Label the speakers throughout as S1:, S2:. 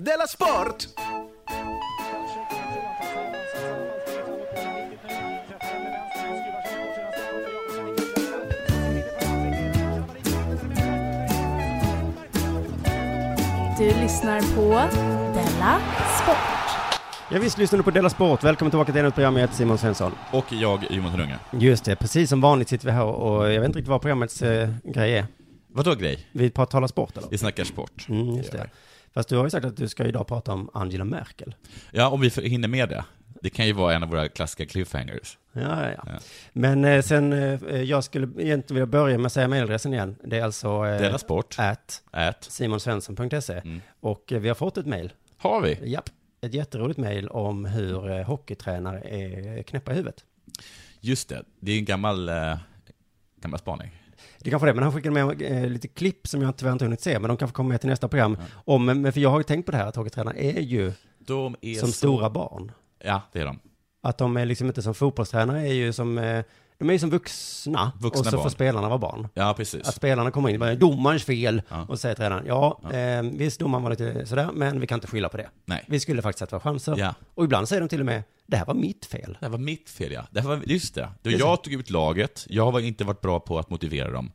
S1: Della Sport!
S2: Du lyssnar på Della Sport.
S3: Ja, visst lyssnar du på Della Sport. Välkommen tillbaka till ännu ett program med Simon Svensson.
S4: Och jag, Jonathan Unge.
S3: Just det, precis som vanligt sitter vi här och jag vet inte riktigt vad programmets eh, grej är.
S4: Vadå grej?
S3: Vi pratar talar sport eller?
S4: Vi snackar sport.
S3: Mm, just det. Fast du har ju sagt att du ska idag prata om Angela Merkel.
S4: Ja, om vi för- hinner med det. Det kan ju vara en av våra klassiska cliffhangers.
S3: Ja, ja, ja.
S4: Ja.
S3: Men eh, sen, eh, jag skulle egentligen vilja börja med att säga mejladressen igen. Det är alltså eh,
S4: Della Sport,
S3: at
S4: ät.
S3: simonsvensson.se.
S4: Mm.
S3: Och eh, vi har fått ett mejl.
S4: Har vi?
S3: Japp. Ett jätteroligt mejl om hur eh, hockeytränare är knäppa i huvudet.
S4: Just det, det är en gammal, eh, gammal spaning.
S3: Det kanske är det, men han skickade med eh, lite klipp som jag tyvärr inte hunnit se, men de kanske kommer med till nästa program. Om, men för jag har ju tänkt på det här att hockeytränare är ju
S4: De är
S3: som
S4: så-
S3: stora barn.
S4: Ja, det är de.
S3: Att de är liksom inte som fotbollstränare, är ju som, eh, de är ju som vuxna.
S4: Vuxna
S3: och så får
S4: barn.
S3: spelarna vara barn.
S4: Ja, precis.
S3: Att spelarna kommer in och bara, domarens fel,
S4: Ja.
S3: och säger tränaren, ja, Eh, visst domaren var lite sådär, men vi kan inte skylla på det.
S4: Nej.
S3: Vi skulle faktiskt haft våra chanser.
S4: Ja.
S3: Och ibland säger de till och med, det här var mitt fel.
S4: Det här var mitt fel, ja. Det här var, just det. det var jag tog ut laget, jag har inte varit bra på att motivera dem.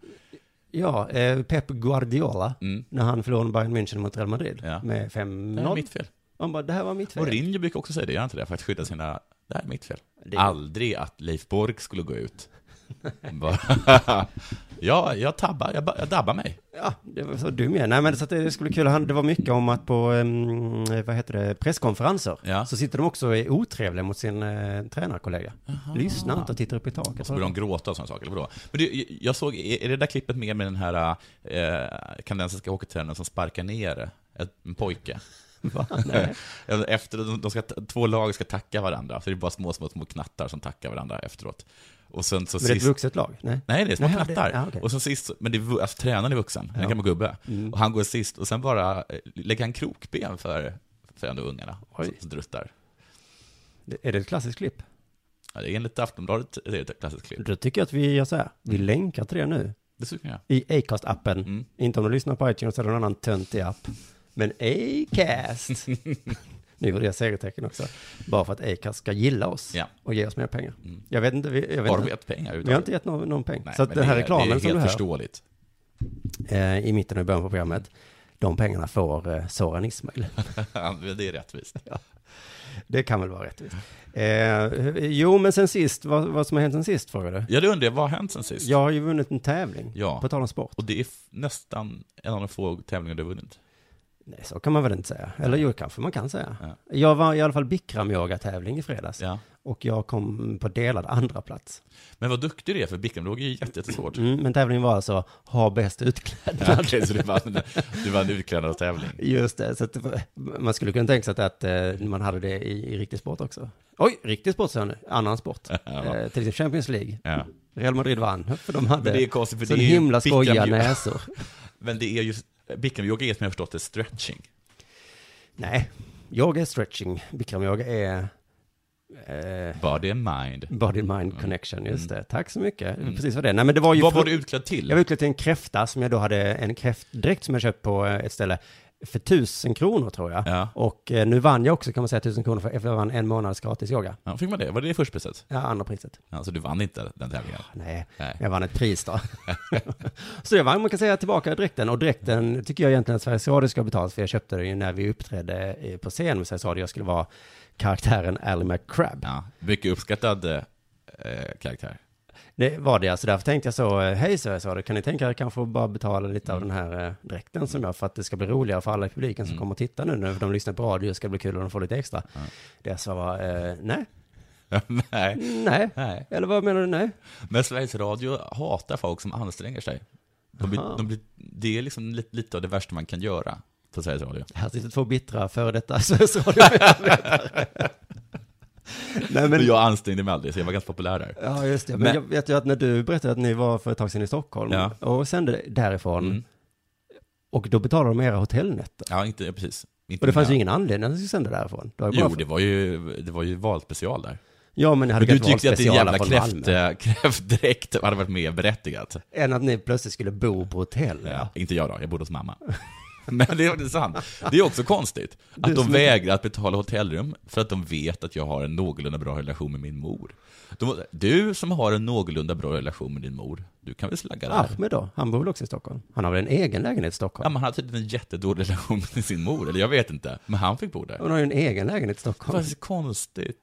S3: Ja, eh, Pep Guardiola,
S4: Mm.
S3: när han förlorade Bayern München mot Real Madrid
S4: Ja.
S3: med
S4: Det här
S3: 5-0.
S4: var mitt fel.
S3: Man bara, det här var mitt fel.
S4: Och Rinje brukar också säga det, gör han inte det? För att skydda sina... Det här är mitt fel.
S3: Det-
S4: Aldrig att Leif Bork skulle gå ut. Bara, ja, jag tabbar, jag, ba- jag dabbar mig.
S3: Ja, det var så dum jag är. Nej, men så att det skulle bli kul. Han- Det var mycket om att på, em, vad heter det, presskonferenser
S4: Ja.
S3: så sitter de också och är otrevliga mot sin eh, tränarkollega. Lyssnar inte och tittar upp i taket.
S4: Så börjar de gråta och sådana saker, eller vadå? Men det, jag såg, är är det där klippet med, med den här eh, kanadensiska hockeytränaren som sparkar ner ett- en pojke?
S3: Va? Nej.
S4: Efter, de- de ska, två lag ska tacka varandra, så det är bara små, små, små knattar som tackar varandra efteråt. Och sen så
S3: Men det är ett
S4: sist...
S3: vuxet lag? Nej.
S4: Nej, det är små
S3: Nej, ja, det-
S4: knattar.
S3: ja, okej.
S4: Och sen sist, men det är, vu- alltså tränaren är vuxen,
S3: Ja. Mm.
S4: en gammal gubbe. Och han går sist, och sen bara eh, lägger han krokben för, för en av ungarna
S3: Oj.
S4: som som druttar.
S3: Det- Är det ett klassiskt klipp?
S4: Ja, det är enligt Aftonbladet, det är ett klassiskt klipp.
S3: Då tycker jag att vi gör så här. Vi länkar till det nu
S4: Det skulle jag göra.
S3: i Acast-appen.
S4: Mm.
S3: Inte om du lyssnar på iTunes eller någon annan töntig app. Men Acast. nu gjorde jag segertecken också. Bara för att Acast ska gilla oss
S4: Ja.
S3: och ge oss mer pengar.
S4: Mm.
S3: Jag vet inte. vi- Jag vet
S4: Har
S3: inte.
S4: de gett pengar
S3: Vi har inte gett någon, någon peng.
S4: Nej,
S3: så att
S4: men
S3: den här
S4: det är-
S3: reklamen
S4: det är
S3: som du
S4: helt
S3: hör
S4: förståeligt.
S3: eh, i mitten och i början på programmet, de pengarna får eh, Soran Ismail.
S4: Ja, men det är rättvist.
S3: Det kan väl vara rättvist. Eh, jo, men sen sist, vad, vad som har hänt sen sist frågar du?
S4: Ja, det undrar jag, vad har hänt sen sist?
S3: Jag har ju vunnit en tävling,
S4: Ja.
S3: på tal om sport.
S4: Och det är f- nästan en av de få tävlingar du har vunnit.
S3: Nej, så kan man väl inte säga. Eller jo, kanske man kan säga.
S4: Ja.
S3: Jag var i alla fall Bikram-yoga-tävling i fredags.
S4: Ja.
S3: Och jag kom på delad andra plats.
S4: Men vad duktig du är, för bikramlåg är ju jätte- jättesvårt.
S3: Mm, men tävlingen var alltså, ha bäst utklädnad.
S4: Ja, okej, så du vann, du vann utklädnadstävling.
S3: Just det, så att det var- man skulle kunna tänka sig att, att eh, man hade det i, i riktig sport också. Oj, riktig sport sa jag nu, annan sport.
S4: Ja.
S3: Eh, till exempel Champions League.
S4: Ja.
S3: Real Madrid vann, för de hade
S4: Men det är konstigt, för
S3: så
S4: det är ju
S3: himla skojiga
S4: Bikram-
S3: näsor.
S4: Men det är just, bikramyoga är som jag har förstått det, stretching.
S3: Nej, yoga är stretching, Bikram-yoga är eh,
S4: Body and mind.
S3: body-mind connection, just det. Tack så mycket, precis vad det är. Nej, men det var ju...
S4: Mm. Vad
S3: fru-
S4: var du utklädd till?
S3: Jag var utklädd till en kräfta som jag då hade, en kräftdräkt som jag köpt på eh, ett ställe för tusen kronor tror jag.
S4: Ja.
S3: Och eh, nu vann jag också kan man säga tusen kronor för för jag vann en månads gratis yoga.
S4: Ja, fick man det? Var det det första priset?
S3: Ja, andra priset.
S4: Alltså du vann inte den tävlingen?
S3: Nej,
S4: Nej.
S3: jag vann ett pris då. så jag vann, man kan säga, tillbaka dräkten. Och dräkten tycker jag egentligen att Sveriges Radio ska ha betalt för jag köpte den ju när vi uppträdde eh, på scen med Sveriges Radio. Jag skulle vara karaktären Ally McCrab.
S4: Ja, mycket uppskattad eh, karaktär.
S3: Det var det, alltså därför tänkte jag så, eh, hej Sveriges Radio, kan ni tänka er kanske att bara betala lite
S4: Mm.
S3: av den här eh, dräkten som jag, för att det ska bli roligare för alla i publiken som kommer att titta nu, när de lyssnar på radio, ska det bli kul om de får lite extra. Det sa jag, eh, nej,
S4: Nej.
S3: nej,
S4: Nej.
S3: eller vad menar du, nej?
S4: Men Sveriges Radio hatar folk som anstränger sig. De
S3: Aha.
S4: blir, de blir, det är liksom lite, lite av det värsta man kan göra på Sveriges Radio.
S3: Här sitter två bittra före detta Sveriges Radio-medarbetare. Nej
S4: Men
S3: men,
S4: jag ansträngde mig aldrig, så jag var ganska populär där.
S3: ja just det, men,
S4: Men-
S3: jag vet ju att när du berättade att ni var för ett tag sedan i Stockholm
S4: Ja.
S3: och sände därifrån,
S4: Mm.
S3: och då betalade de era hotellnätter.
S4: Ja, inte, precis. Inte
S3: Och det fanns ju
S4: mina-
S3: ingen anledning att ni skulle sända därifrån. Det var ju bara
S4: Jo,
S3: för-
S4: det var ju, det var ju valspecial där.
S3: Ja, men ni hade
S4: Men du
S3: kanske valt
S4: tyckte att din
S3: speciala
S4: jävla
S3: från
S4: kräft,
S3: Malmö.
S4: eh, kräftdräkt hade varit mer berättigat.
S3: Än att ni plötsligt skulle bo på hotell.
S4: Ja. Inte jag då, jag bodde hos mamma. Men det är faktiskt sant. Det är också konstigt att de vägrar att betala hotellrum för att de vet att jag har en någorlunda bra relation med min mor. De, du som har en någorlunda bra relation med din mor, du kan väl slagga där?
S3: Ahmed då, han bor väl också i Stockholm? Han har väl en egen lägenhet i
S4: Ja,
S3: Stockholm?
S4: men han har tydligen en jättedålig relation med sin mor, eller jag vet inte. Men han fick bo där.
S3: Hon har ju en egen lägenhet i Stockholm.
S4: Vad så konstigt.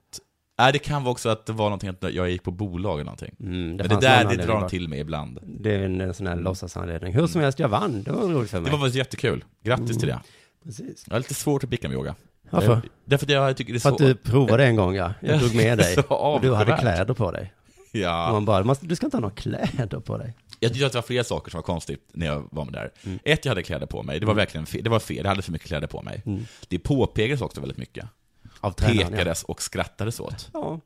S4: Nej, det kan vara också att det var någonting att jag gick på bolag eller någonting.
S3: Mm,
S4: Men det
S3: fanns någon
S4: där, det
S3: anledning
S4: drar de
S3: bara.
S4: till med ibland.
S3: Det är en eh, sån här låtsasanledning. Hur som helst, jag vann. Det var roligt för
S4: Mm. Det
S3: mig.
S4: var faktiskt jättekul. Grattis till det.
S3: Precis.
S4: Mm. Jag har lite svårt att picka med yoga.
S3: Varför?
S4: Det- Därför att jag tycker det är
S3: För
S4: så...
S3: att du provade en gång ja. Jag tog med dig.
S4: Så
S3: Och du hade
S4: avskyvärt.
S3: kläder på dig. Och
S4: Ja.
S3: man bara, "Man- du ska inte ha några kläder på dig.
S4: Jag tyckte att det var flera saker som var konstigt när jag var med där.
S3: Mm.
S4: Ett, jag hade kläder på mig. Det var verkligen fel. Det var fel. Jag hade för mycket kläder på mig. Det påpekades också väldigt mycket.
S3: Av tränaren Mm. ja.
S4: Pekades och skrattades åt.
S3: ja.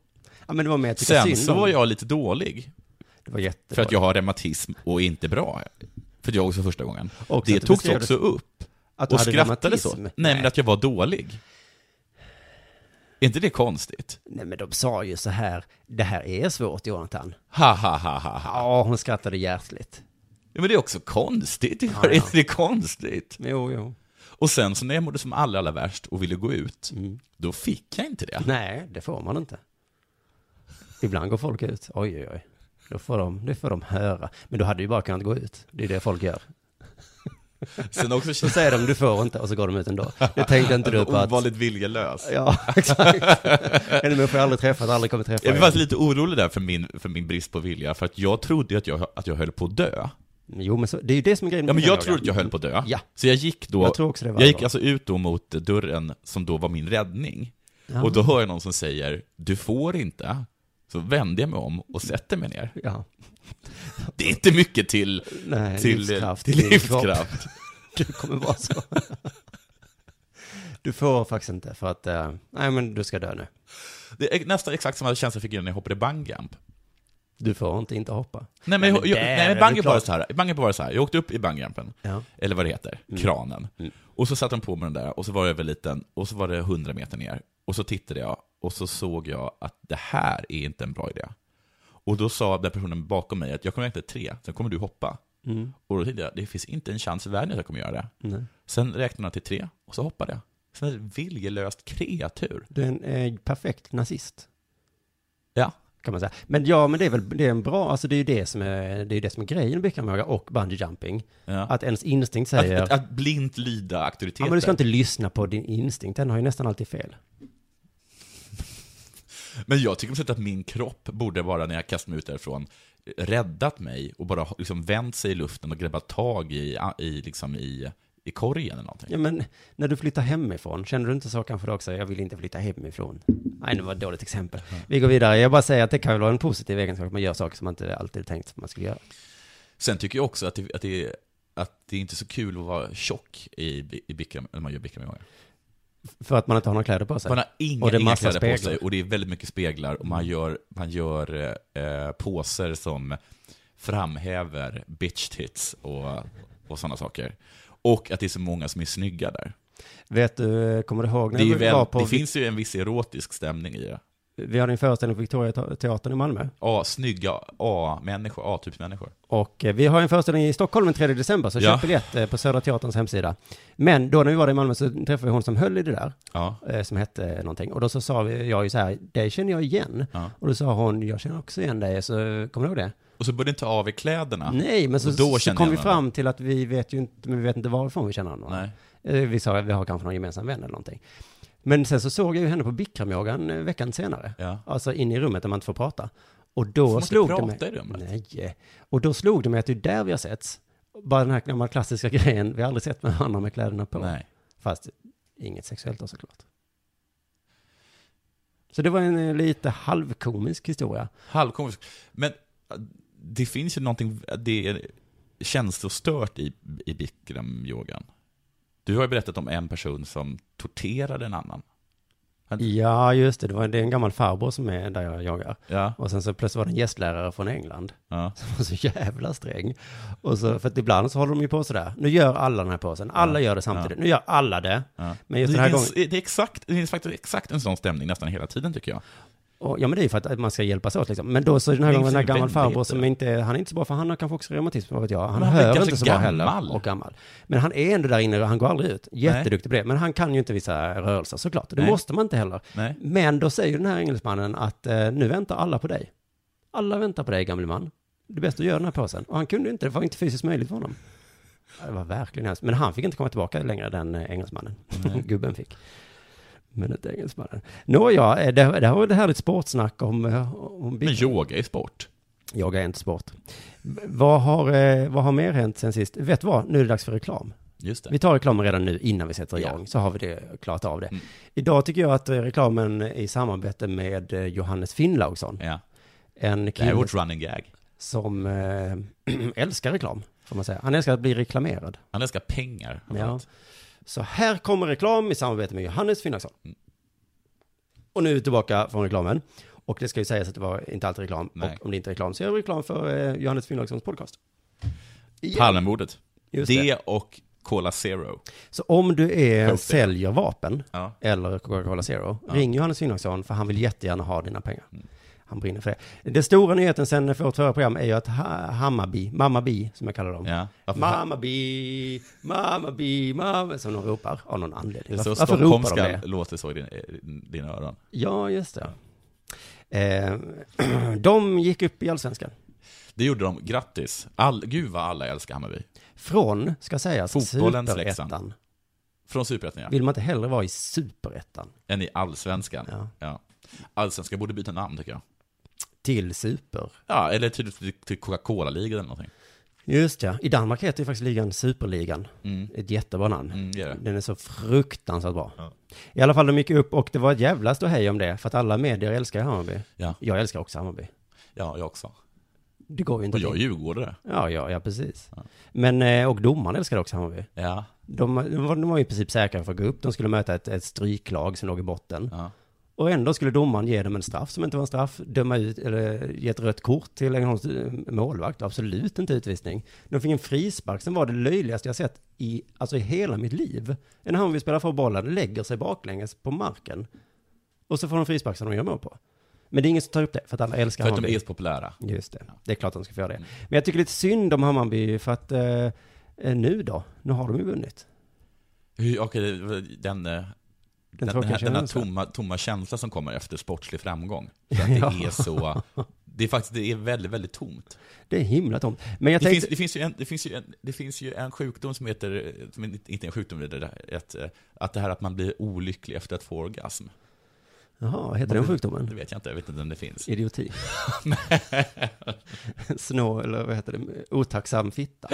S3: Ja men det var mer att tycka
S4: Sen
S3: synd
S4: så
S3: om.
S4: var jag lite dålig.
S3: Det var
S4: För att
S3: jättebra.
S4: jag har reumatism och är inte bra. För att jag också första gången.
S3: Och så
S4: det
S3: att du
S4: togs
S3: beskrev
S4: också upp.
S3: Att du
S4: Och
S3: hade
S4: skrattades åt.
S3: reumatism.
S4: Nej, men att jag var dålig. Är inte det konstigt?
S3: Nej men de sa ju så här, det här är svårt Jonathan.
S4: Ha, ha, ha, ha, ha.
S3: Ja, hon skrattade hjärtligt.
S4: Ja, men det är också konstigt. Det är
S3: Ja, ja.
S4: inte det konstigt?
S3: Jo, jo.
S4: Och sen så när jag mådde som allra, allra värst och ville gå ut, då fick jag inte det.
S3: Mm. Nej, det får man inte. Ibland går folk ut, oj oj oj. Då får de, det får de höra. Men du hade ju bara kunnat gå ut. Det är det folk gör.
S4: Sen
S3: Så
S4: också känns
S3: säger de, du får inte, och så går de ut ändå. Det tänkte inte du
S4: jag
S3: på att...
S4: ovanligt viljelös.
S3: Ja, exakt. En människa jag aldrig träffat, aldrig kommer träffa
S4: Jag
S3: igen.
S4: var faktiskt lite orolig där för min, för min brist på vilja, för att jag trodde ju att jag, att jag höll på att dö.
S3: Jo, men så, det är ju det som är grejen med
S4: Ja, men jag
S3: yoga.
S4: trodde att jag höll på att dö.
S3: Ja.
S4: Så jag gick då,
S3: Jag tror också det var
S4: jag gick
S3: allvar.
S4: alltså ut då mot dörren som då var min räddning. Och då hör jag någon som säger, du får inte. Så vände jag mig om och sätter mig ner.
S3: Ja.
S4: Det är inte mycket till,
S3: Nej,
S4: till
S3: livskraft.
S4: Till
S3: Din kropp.
S4: livskraft.
S3: Det kommer vara så. Du får faktiskt inte för att, eh, nej men du ska dö nu.
S4: Det är nästan exakt samma känsla jag fick när jag hoppade bungyjump.
S3: Du får inte inte hoppa.
S4: Nej men, jag,
S3: men
S4: jag,
S3: där
S4: nej,
S3: är
S4: men
S3: det
S4: bungyjump var det
S3: klart.
S4: så här. Bungyjump var det så här. Jag åkte upp i bungyjumpen,
S3: Ja.
S4: eller vad det heter,
S3: Mm.
S4: kranen. Och så satte de på mig den där, och så var jag väl liten, och så var det 100 meter ner. Och så tittade jag, och så såg jag att det här är inte en bra idé. Och då sa den personen bakom mig att jag kommer inte tre, sen kommer du hoppa.
S3: Mm.
S4: Och då tänkte jag, det finns inte en chans i världen att jag kommer göra det.
S3: Nej.
S4: Sen räknade jag till tre, och så hoppade jag. Sen är det ett viljelöst kreatur.
S3: Du är en eh, perfekt nazist,
S4: Ja.
S3: kan man säga. Men ja, men det är väl, det är en bra, alltså det är ju det som är, det är ju det som är grejen med Beckham-yoga och bungee jumping.
S4: ja.
S3: Att ens instinkt
S4: Att,
S3: säger,
S4: att, att blint lyda auktoriteter.
S3: ja men du ska inte lyssna på din instinkt, den har ju nästan alltid fel.
S4: Men jag tycker också att min kropp borde vara, när jag kastar mig ut därifrån, räddat mig och bara liksom vänt sig i luften och greppat tag i, i, liksom i, i korgen eller någonting.
S3: Ja men, när du flyttar hemifrån, känner du inte så kanske då också, jag vill inte flytta hemifrån? Nej, det var ett dåligt exempel. Vi går vidare, jag bara säger att det kan ju vara en positiv egenskap, att man gör saker som man inte alltid tänkt att man skulle göra.
S4: Sen tycker jag också att det, att det, att det är inte är så kul att vara tjock i, bi- i bikram, när man gör bikramyoga.
S3: För att man inte har några kläder på sig.
S4: Man har inga,
S3: Och det är
S4: inga
S3: massa
S4: kläder på sig
S3: speglar. Mm.
S4: och det är väldigt mycket speglar och man gör, man gör eh, påser som framhäver bitch tits och, och sådana saker. Och att det är så många som är snygga där.
S3: Vet du, kommer du ihåg när
S4: Det,
S3: vi
S4: är väl,
S3: var på,
S4: det finns ju en viss erotisk stämning i det.
S3: vi hade en föreställning på Victoriateatern i Malmö.
S4: A, snygga A-människor, A-typsmänniskor.
S3: Och eh, vi har en föreställning i Stockholm den 3 december, så
S4: Ja.
S3: köp biljett eh, på Södra Teaterns hemsida. Men då när vi var där i Malmö så träffade vi hon som höll i det där,
S4: Ja.
S3: eh, som hette eh, någonting. Och då så sa vi, jag ju så här, dig känner jag igen.
S4: Ja.
S3: Och då sa hon, jag känner också igen dig, så eh, kommer du ihåg det?
S4: Och så började inte av i kläderna.
S3: Nej, men så,
S4: Och då
S3: så
S4: kände
S3: kom
S4: jag
S3: vi
S4: varandra.
S3: fram till att vi vet ju inte, men vi vet inte varifrån vi känner varandra.
S4: Nej.
S3: Eh, Vi sa, vi har kanske någon gemensam vän eller någonting. Men sen så såg jag ju henne på bikramyogan eh, veckan senare.
S4: Ja.
S3: Alltså in i rummet där man inte får prata. Och då
S4: Får man inte
S3: slog
S4: prata
S3: det mig...
S4: i rummet?
S3: Nej. Och då slog det mig att det är där vi har setts. Bara den här gamla klassiska grejen, vi har aldrig sett varandra med kläderna på.
S4: Nej.
S3: Fast inget sexuellt då såklart. Så det var en eh, lite halvkomisk historia.
S4: Halvkomisk. Men äh, det finns ju någonting, det är känslostört i, i bikramyogan. Du har ju berättat om en person som torterade en annan.
S3: Ja, just det, det, var, det är en gammal farbror som är där jag jagar.
S4: Ja.
S3: Och sen så plötsligt var det en gästlärare från England
S4: ja.
S3: som var så jävla sträng. Och så, för att ibland så håller de ju på sådär. Nu gör alla den här påsen, alla gör det samtidigt. Nu gör alla det.
S4: ja.
S3: Men
S4: Det,
S3: just den här gången,
S4: finns, det, är exakt, det finns faktiskt exakt en sån stämning nästan hela tiden tycker jag.
S3: Och, ja men det är ju för att man ska hjälpas åt liksom. Men då så den här gången var det en gammal
S4: Väldigt,
S3: farbror som
S4: eh.
S3: inte, han är inte så bra för han har kanske också reumatism, vad vet jag. Han,
S4: Men han är
S3: hör
S4: ganska
S3: inte så bra
S4: gammal.
S3: heller. Och gammal. Men han är ändå där inne och han går aldrig ut. Jätteduktig på det. Men han kan ju inte vissa rörelser såklart. Det
S4: Nej.
S3: måste man inte heller.
S4: Nej.
S3: Men då säger ju den här engelsmannen att eh, nu väntar alla på dig. Alla väntar på dig gamle man. Det är bäst att göra den här påsen. Och han kunde inte, det var inte fysiskt möjligt för honom. Det var verkligen hemskt. Men han fick inte komma tillbaka längre, den eh, engelsmannen. Gubben fick. Men inte engelsmannen. Nåja, eh, det, det här var ett härligt sportsnack om, eh, om
S4: Men
S3: bild.
S4: yoga är sport.
S3: Jag är inte sport. B- Vad har, eh, vad har mer hänt sen sist? Vet du vad? Nu är det dags för reklam.
S4: Just det.
S3: Vi tar reklamen redan nu innan vi sätter
S4: Ja.
S3: igång, så har vi det klarat av det.
S4: Mm.
S3: Idag tycker jag att eh, reklamen i samarbete med eh, Johannes Finnlaugsson,
S4: Ja.
S3: en
S4: Det här är
S3: kille
S4: vårt running gag.
S3: som eh, älskar reklam, får man säga. Han älskar att bli reklamerad.
S4: Han älskar pengar. har jag
S3: Ja.
S4: hört.
S3: Så här kommer reklam i samarbete med Johannes Finnlaugsson.
S4: Mm.
S3: Och nu är vi tillbaka från reklamen. Och det ska ju sägas att det var inte alltid reklam.
S4: Nej.
S3: Och om det inte är reklam så är det reklam för eh, Johannes Finnlaugssons podcast. Ja.
S4: Palmemordet.
S3: Just
S4: det och Cola Zero.
S3: Så om du är,
S4: Coke.
S3: säljer vapen
S4: Ja.
S3: eller Coca-Cola Zero,
S4: Ja. Mm.
S3: ring Johannes Finnlagsson för han vill jättegärna ha dina pengar. Han brinner för det. Den stora nyheten sen för vårt förra program är ju att ha- Hammarby, Mamma Bi, som jag kallar dem,
S4: Ja. Varför,
S3: Mamma Bi, Mamma Bi, Mamma, som de ropar av någon anledning.
S4: det är så
S3: Varför, varför ropar de
S4: stockholmska
S3: det?
S4: låter så i din- i dina öron.
S3: Ja, just det. Eh, de gick upp i allsvenskan.
S4: Det gjorde de, grattis. All, gud vad alla älskar Hammarby.
S3: Från, ska sägas,
S4: Fotbollens Leksand.
S3: superettan.
S4: Från superettan ja.
S3: Vill man inte hellre vara i superettan?
S4: än i allsvenskan. Ja.
S3: Ja.
S4: Allsvenskan borde byta namn tycker jag.
S3: Till super.
S4: Ja, eller till, till- till Coca-Cola-ligan eller någonting.
S3: Just ja, i Danmark heter ju faktiskt ligan Superligan. Ett jättebra namn.
S4: Mm, det är det.
S3: Den är så fruktansvärt bra.
S4: Ja.
S3: I alla fall, de gick upp och det var ett jävla ståhej om det, för att alla medier älskar Hammarby.
S4: Ja,
S3: Jag älskar också Hammarby.
S4: ja, jag också.
S3: Det går ju inte
S4: Och jag är
S3: till.
S4: djurgårdare.
S3: Ja, ja, ja, precis. Men, eh, och domaren älskade också Hammarby.
S4: Ja,
S3: De, de, var, de var ju i princip säkra för att gå upp. De skulle möta ett, ett stryklag som låg i botten.
S4: ja.
S3: Och ändå skulle domaren ge dem en straff som inte var en straff, döma ut, eller ge ett rött kort till Ängelholms eh, målvakt, absolut inte utvisning. De fick en frispark som var det löjligaste jag sett i, alltså i hela mitt liv. En Hammarby spelar för bollen, lägger sig baklänges på marken. Och så får de frispark som de gör mål på. Men det är ingen som tar upp det, för att alla älskar
S4: För att de
S3: Hammarby.
S4: är så populära.
S3: Just det, det är klart de ska få göra
S4: Mm.
S3: det. Men jag tycker lite synd om Hammarby för att eh, eh, nu då, nu har de ju vunnit.
S4: Hur- Okej, den, eh, den, den,
S3: tråkiga
S4: här, den här
S3: känslan.
S4: tomma, tomma känslan som kommer efter sportslig framgång. För att det är så... Det är faktiskt det är väldigt, väldigt tomt.
S3: Det är himla tomt. Men jag
S4: Det
S3: tänkte...
S4: finns, det, finns ju en, det, finns ju en, det finns ju en sjukdom som heter, som inte inte är en sjukdom, det där, att, eh, att det här att man blir olycklig efter att få orgasm.
S3: Jaha, vad heter den sjukdomen?
S4: Det vet jag inte, jag vet inte om det finns.
S3: Idioti. Snå, eller vad heter det? Otacksam fitta.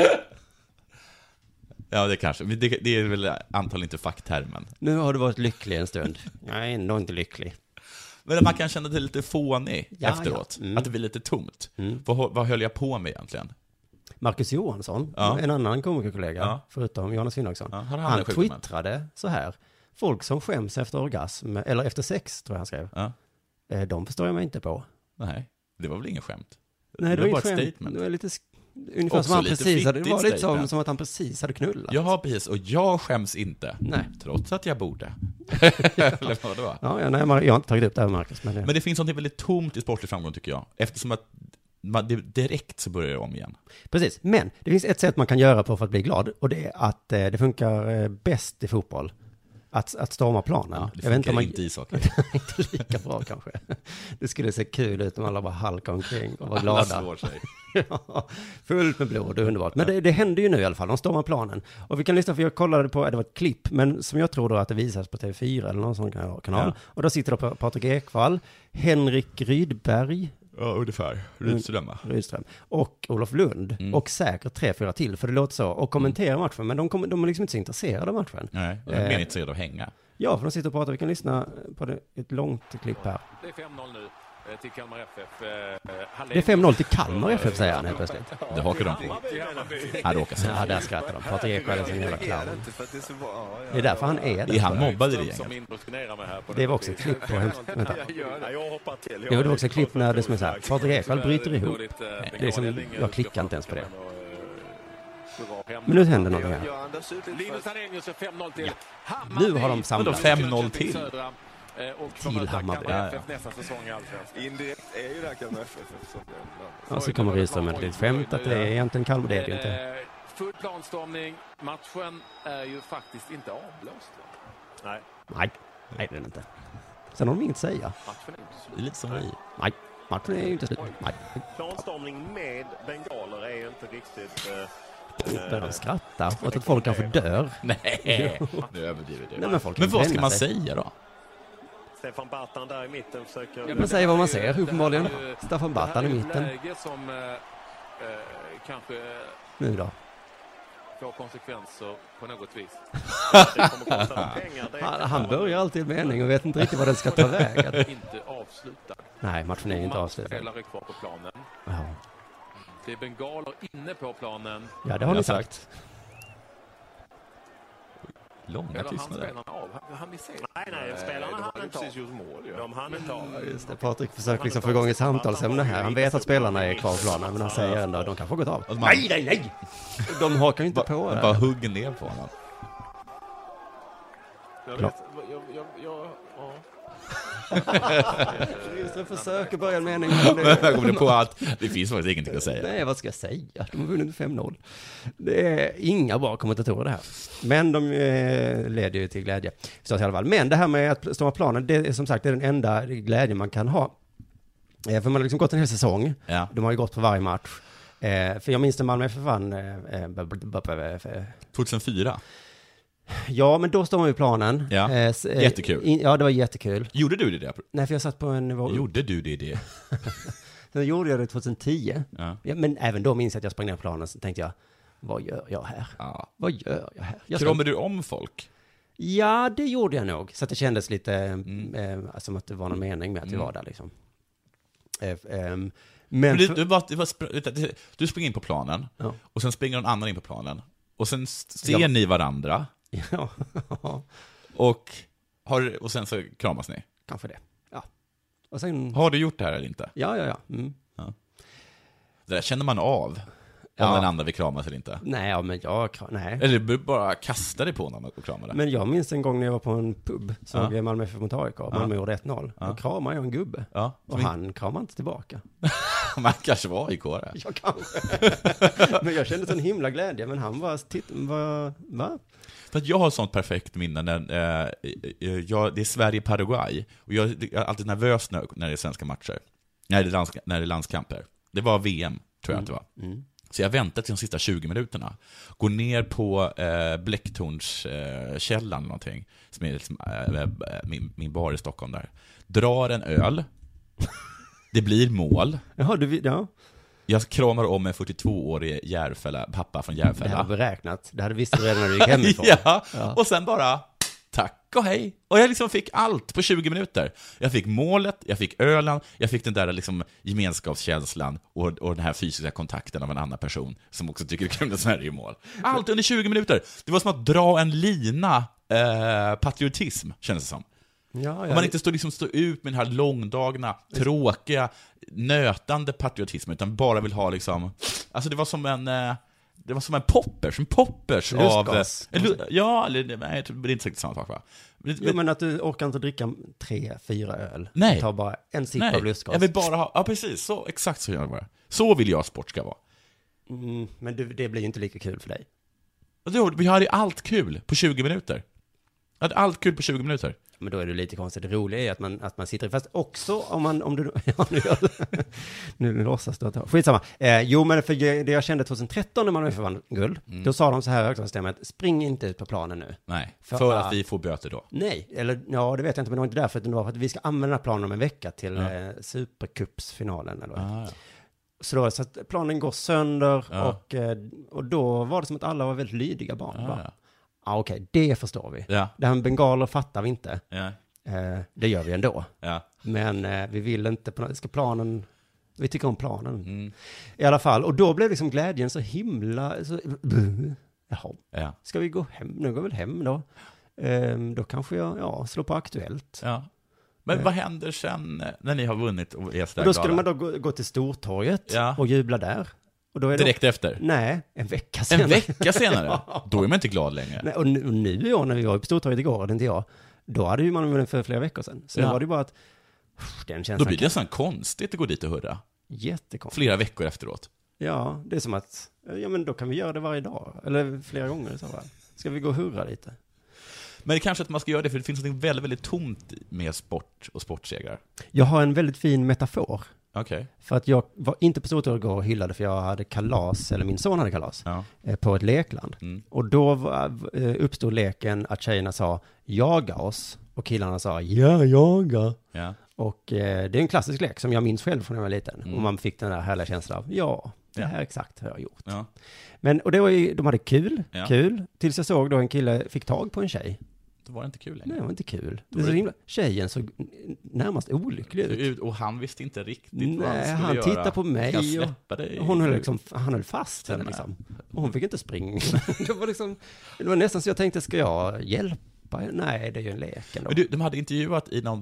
S4: Ja, det kanske. Men det, det är väl antagligen inte facktermen.
S3: Nu har du varit lycklig en stund. Jag är ändå inte lycklig.
S4: Men att man kan känna sig lite fånig
S3: Ja,
S4: efteråt.
S3: ja. Mm.
S4: Att det blir lite tomt.
S3: Mm.
S4: Vad, vad höll jag på med egentligen?
S3: Marcus Johansson,
S4: Ja.
S3: en annan komikerkollega,
S4: Ja.
S3: förutom Jonas Finnlagsson,
S4: Ja, har han
S3: han
S4: den sjukdomen?
S3: twittrade så här. Folk som skäms efter orgasm, eller efter sex tror jag han skrev,
S4: Ja,
S3: eh, de förstår jag mig inte på.
S4: nej. Det var väl inget skämt?
S3: Nej,
S4: Det
S3: det
S4: var
S3: var inget
S4: bara ett
S3: skämt.
S4: statement.
S3: Det var lite, sk- ungefär
S4: Också
S3: som han
S4: lite
S3: precis hade, det
S4: fittigt
S3: var lite som,
S4: statement.
S3: som att han precis hade knullat.
S4: Jag har precis, och jag skäms inte.
S3: Nej.
S4: Trots att jag borde. Eller vad det var.
S3: Ja, ja, nej, man- jag har inte tagit upp det här med Marcus, men,
S4: Men det finns något väldigt tomt i sportlig framgång tycker jag. Eftersom att man, det, direkt så börjar det om igen.
S3: Precis, men det finns ett sätt man kan göra på för att bli glad och det är att eh, det funkar eh, bäst i fotboll. Att, att storma planen.
S4: Ja, det
S3: jag vet inte om
S4: funkar
S3: man
S4: inte i saker.
S3: inte lika bra kanske. Det skulle se kul ut om alla bara halkade omkring och var
S4: Alla
S3: glada.
S4: slår sig.
S3: Ja, fullt med blod, det är underbart. Men det, det händer ju nu i alla fall, de stormar planen. Och vi kan lyssna, för jag kollade på, det var ett klipp, men som jag tror då att det visas på TV4 eller någon sån kanal.
S4: Ja.
S3: Och då sitter då Patrik Ekwall, Henrik Rydberg,
S4: Ja, ungefär.
S3: Mm.
S4: Rydström va?
S3: Rydström och Olof Lund
S4: Mm.
S3: och säkert tre, fyra till, för det låter så, och kommenterar matchen, men de, kommer- de är liksom inte så intresserade av matchen.
S4: Nej, jag är
S3: Eh.
S4: mer intresserad av att hänga.
S3: Ja, för de sitter och pratar, vi kan lyssna på det, ett långt klipp här.
S1: Det är 5-0 nu eh, till Kalmar FF. Eh,
S3: Det är 5-0 till Kalmar FF, säger han helt plötsligt.
S4: Det hakar de på. Han råkar sig.
S3: Ja, där skrattar de. Patrik Ekwall är en jävla clown.
S5: inte för att det är så bra. Ja, ja.
S3: Det är därför han är
S4: Är
S3: där.
S4: han mobbad i det gänget?
S1: Som indoktrinerar mig här på
S3: Det var också ett klipp på hemskt, vänta.
S5: Jag gör det. Jag hoppar till.
S3: Jo, det var också ett klipp när det som är så här, Patrik Ekwall bryter ihop.
S1: Det
S3: Eh, är som- jag klickar inte ens på det. Men nu händer någonting här.
S5: Gör Anders ut lite
S1: Linus
S5: först.
S1: Arrhenius gör 5-0 till Hammarby.
S3: Nu har de samlats.
S4: Vadå 5-0 till?
S1: Södra. Eh, och
S3: Till
S1: kommer att
S3: Hammarby.
S1: Kalmar
S4: Ja, ja.
S1: FF nästa säsong i Allsvenskan.
S5: Indirekt är ju det här Kalmar FF eftersom det är blandat.
S3: Ja, så kommer Rydström med ett litet skämt att det är egentligen Kalmar, det är det ju inte.
S1: Eh, Full planstormning. Matchen är ju faktiskt inte avblåst. va?
S5: Nej.
S3: Nej, nej det är det inte. Sen har de inget att säga.
S1: Matchen är inte slut.
S4: Det är Lite som vi.
S3: Nej, matchen är ju inte slut. Nej,
S6: Planstormning med bengaler är ju inte riktigt... Eh,
S3: där de skrattar åt att folk kanske dör.
S4: Nej, nu överdriver du.
S3: Nej, men folk kan
S4: Men vad ska
S3: bränna
S4: man
S3: sig.
S4: säga då?
S6: Stefan Bartan där i mitten försöker...
S1: Ja,
S3: Man säger vad man ser,
S1: Det här är ju-
S3: uppenbarligen.
S1: det här är ju-
S3: Staffan
S1: Det här
S3: Bartan
S1: är
S3: i
S1: ju
S3: mitten.
S1: ett läge som eh, eh, kanske
S3: Nu då?
S1: får konsekvenser på något vis.
S6: Det kommer kosta dem pengar. Det är
S3: Han,
S6: inte
S3: han börjar alltid med en mening och vet inte riktigt vad den ska ta vägen.
S1: Inte avslutad.
S3: Nej, matchen är ju inte avslutad.
S1: Matchspelare kvar på planen.
S3: Ja,
S1: Det är bengaler inne på planen.
S3: ja det har ni
S4: Jag
S3: sagt.
S4: Långa
S1: Eller han
S4: tystnader.
S1: spelarna av? Han, han missar.
S6: Nej, nej, spelarna hann inte
S5: Precis
S6: av.
S5: gjort mål ju.
S6: De hann inte av.
S3: Just det, Patrik försöker liksom få igång ett samtalsämne här. Han vet att spelarna är kvar på planen, men han säger ändå att de kanske har gått av.
S4: Och Alltså, man-
S3: Nej, nej, nej! De hakar ju inte på
S4: Bara, bara
S3: där.
S4: hugger ner på honom.
S1: Jag,
S3: Klar.
S1: vet, jag, jag, jag, ja.
S3: Rydström försöker börja en mening. men det-
S4: Jag kom på att det finns faktiskt ingenting att säga.
S3: Nej, vad ska jag säga? De har vunnit med 5-0. Det är inga bra kommentatorer det här. Men de eh, leder ju till glädje, förstås i alla fall. Men det här med att stå på planen, det är som sagt det är den enda glädjen man kan ha. Eh, för man har liksom gått en hel säsong.
S4: Ja.
S3: De har ju gått på varje match. Eh, för jag minns när Malmö FF vann, eh, eh, b- b- b- b- f-
S4: 2004.
S3: ja men då står man ju på planen.
S4: Ja.
S3: Eh, s- eh,
S4: Jättekul.
S3: In, ja, det var jättekul.
S4: Gjorde du det? Där?
S3: Nej, för jag satt på en nivå upp.
S4: Gjorde du det? det?
S3: Sen gjorde jag det 2010.
S4: Ja.
S3: Ja, men även då minns jag att jag sprang ner på planen, så tänkte jag, vad gör jag här?
S4: Ja.
S3: Vad gör jag här? Jag ska-
S4: Kramade du om folk?
S3: Ja, det gjorde jag nog. Så att det kändes lite
S4: Mm.
S3: eh, som att det var någon mening med att vi var där liksom. Eh, ehm, men
S4: Men du,
S3: för-
S4: du, bara, du, bara, spr- utan- du- du springer in på planen,
S3: Ja.
S4: och sen springer någon annan in på planen. Och sen s- ser
S3: Ja.
S4: ni varandra,
S3: Ja,
S4: och, har, och sen så kramas ni.
S3: kanske det. Ja. Och sen...
S4: Har du gjort det här eller inte?
S3: Ja, ja, ja. Mm.
S4: Det där känner man av, om
S3: Ja.
S4: den andra vill kramas eller inte.
S3: Nej, ja, men jag... kan- Nej.
S4: Eller du bara kastar dig på någon och kramar dig.
S3: Men jag minns en gång när jag var på en pub, såg
S4: Ja.
S3: Malmö FF mot AIK, Malmö gjorde 1-0. Då kramade jag en gubbe.
S4: Ja,
S3: Och han kramade inte tillbaka.
S4: man kanske var i kåren.
S3: Jag kanske. men jag kände sån himla glädje, men han var... Titt, var va?
S4: För att jag har ett sånt perfekt minne när, eh, eh, jag, det är Sverige-Paraguay, och jag, jag är alltid nervös när, när det är svenska matcher. När det är, lands, när det är landskamper. Det var VM, tror jag att det var.
S3: Mm.
S4: Så jag väntar till de sista 20 minuterna. Går ner på eh, Blecktornskällan eh, källan eller någonting, som är liksom, eh, min, min bar i Stockholm där. Drar en öl, det blir mål,
S3: Jaha, du... Ja.
S4: jag kramar om en 42-årig Järfälla, pappa från
S3: Det här
S4: Järfälla.
S3: var beräknat. Det hade visste du redan när du gick hemifrån.
S4: Ja, och sen bara tack och hej. Och jag liksom fick allt på 20 minuter. Jag fick målet, jag fick ölen, jag fick den där liksom gemenskapskänslan och, och den här fysiska kontakten av en annan person som också tycker det är kul när Sverige gör mål. Allt under 20 minuter. Det var som att dra en lina eh, patriotism, kändes det som.
S3: Ja,
S4: Om man inte står, liksom, står ut med den här långdragna, tråkiga, nötande patriotismen, utan bara vill ha liksom... Alltså det var som en... eh, Det var som en poppers, en poppers av...
S3: Lustgas.
S4: eh, lu- Ja, eller nej, jag tror- det är inte säkert samma sak va? Men-
S3: Jo, men typ att du orkar inte dricka tre, fyra öl.
S4: Nej.
S3: Du tar bara en sipp
S4: nej,
S3: av lustgas.
S4: jag vill bara ha... Ja, precis, så, exakt så gör jag bara. Så vill jag att sport ska vara.
S3: Mm, men du, det blir ju inte lika kul för dig.
S4: Och då- Vi hade ju allt kul på 20 minuter. Jag hade allt kul på 20 minuter.
S3: Men då är det lite konstigt. Det roliga är att man, att man sitter... Fast också om man... Om du, ja, nu, gör, nu låtsas du att jag... Skitsamma. Eh, jo, men för jag- det jag kände 2013 när man vann guld,
S4: Mm.
S3: då sa de så här i högstadiesystemet, spring inte ut på planen nu.
S4: Nej,
S3: För-
S4: för,
S3: ah.
S4: att vi får böter då.
S3: Nej, eller ja, det vet jag inte, men det var inte därför, utan det var för att vi ska använda den här planen om en vecka till eh, supercupsfinalen. Eller vad det heter.
S4: Ah, ja.
S3: Så, då, så att planen går sönder
S4: Ja.
S3: och, eh, och då var det som att alla var väldigt lydiga barn. Ja,
S4: Ja,
S3: va?
S4: ja.
S3: ah, okej, det förstår vi.
S4: Ja,
S3: Det här med bengaler fattar vi inte.
S4: ja,
S3: Eh, det gör vi ändå.
S4: ja.
S3: Men eh, vi vill inte, på något- ska planen, vi tycker om planen.
S4: Mm.
S3: I alla fall, och då blev liksom glädjen så himla, så, jaha,
S4: ja.
S3: ska vi gå hem? Nu går vi väl hem då. Ehm, då kanske jag, ja, slår på Aktuellt.
S4: Ja. Men vad händer sen eh, när ni har vunnit och är
S3: Och
S4: sådär
S3: då skulle
S4: glada?
S3: man då gå, gå till Stortorget
S4: Ja.
S3: och jubla där. Och då är det,
S4: Direkt efter?
S3: Nej, en vecka senare.
S4: En vecka senare? Då är man inte glad längre.
S3: Nej, och nu, och nu i år när vi var på Stortorget igår, det är inte jag, Då hade ju man vunnit för flera veckor sedan. Så
S4: Ja.
S3: var det ju bara att, pff, den
S4: Då
S3: känslan
S4: blir det nästan konstigt att gå dit och hurra.
S3: jättekonstig.
S4: Flera veckor efteråt.
S3: Ja, det är som att, ja men då kan vi göra det varje dag, eller flera gånger i så fall. Ska vi gå och hurra lite?
S4: Men det kanske att man ska göra det, för det finns något väldigt, väldigt tomt i- med sport och sportsegrar.
S3: Jag har en väldigt fin metafor.
S4: Okej.
S3: För att jag var inte på Stortorget igår och hyllade för jag hade kalas, eller min son hade kalas,
S4: Ja.
S3: eh, på ett lekland.
S4: Mm.
S3: Och då var, eh, uppstod leken att tjejerna sa jaga oss och killarna sa ja, jaga.
S4: Ja.
S3: Och eh, det är en klassisk lek som jag minns själv från när jag var liten.
S4: Mm.
S3: Och man fick den där härliga känslan av ja, det
S4: Ja.
S3: här exakt har jag gjort.
S4: ja.
S3: Men, och det var ju, de hade kul,
S4: Ja.
S3: kul, tills jag såg då en kille fick tag på en tjej.
S4: Då var det inte kul längre.
S3: Nej, det var inte kul.
S4: Då
S3: Det var
S4: var
S3: så
S4: det-
S3: himla, tjejen såg n- närmast olycklig ut.
S4: Ut- Och han visste inte riktigt vad han
S3: Nej,
S4: skulle
S3: han
S4: göra.
S3: tittade på mig
S4: Kan jag
S3: och-
S4: släppa dig?
S3: Hon höll liksom, han höll fast henne
S4: Sen,
S3: liksom. Och hon fick inte springa. det, var liksom, det var nästan så jag tänkte, ska jag hjälpa? Nej, det är ju en lek ändå.
S4: Men du, de hade intervjuat i någon,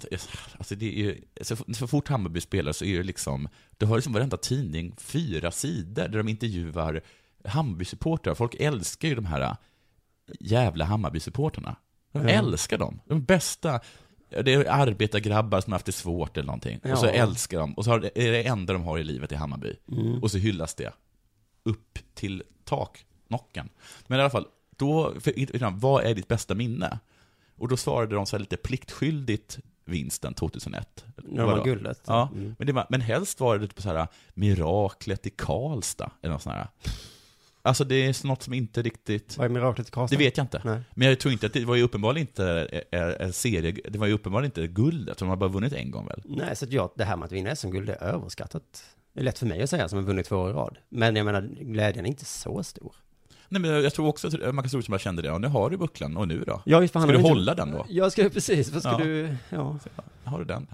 S4: alltså det är ju, så, så fort Hammarby spelar så är det liksom, det har liksom varenda tidning fyra sidor där de intervjuar Hammarby-supportrar. Folk älskar ju de här äh, jävla Hammarby-supportrarna. De
S3: Ja.
S4: älskar dem. De bästa, det är arbetargrabbar som har haft det svårt eller någonting. Och så
S3: Ja.
S4: älskar de, och så har, det- är det enda de har i livet i Hammarby.
S3: Mm.
S4: Och så hyllas det. Upp till taknocken. Men i alla fall, då, för, innan, vad är ditt bästa minne? Och då svarade de så här lite pliktskyldigt vinsten 2001.
S3: När de
S4: Vadå?
S3: var guldet.
S4: Ja,
S3: Mm.
S4: men, det var, men helst var det på så här miraklet i Karlstad, eller något sånt här. Alltså det är något som inte riktigt,
S3: Vad är miraklet i
S4: det
S3: Karlstad?
S4: vet jag inte.
S3: Nej.
S4: Men jag tror inte att det var ju uppenbarligen inte eh, eh, en serie, det var ju uppenbarligen inte guldet, för de har bara vunnit en gång väl?
S3: Nej, så att jag, det här med att vinna SM-guld är överskattat. Det är lätt för mig att säga som har vunnit två år i rad. Men jag menar, glädjen är inte så stor.
S4: Nej men jag tror också att Marcus Olsson bara kände det, ja nu har du bucklan, och nu då?
S3: Jag, för han
S4: Ska du
S3: har inte-
S4: hålla den då?
S3: Jag ska precis, vad ska
S4: Ja.
S3: du, ja,
S4: Har du den?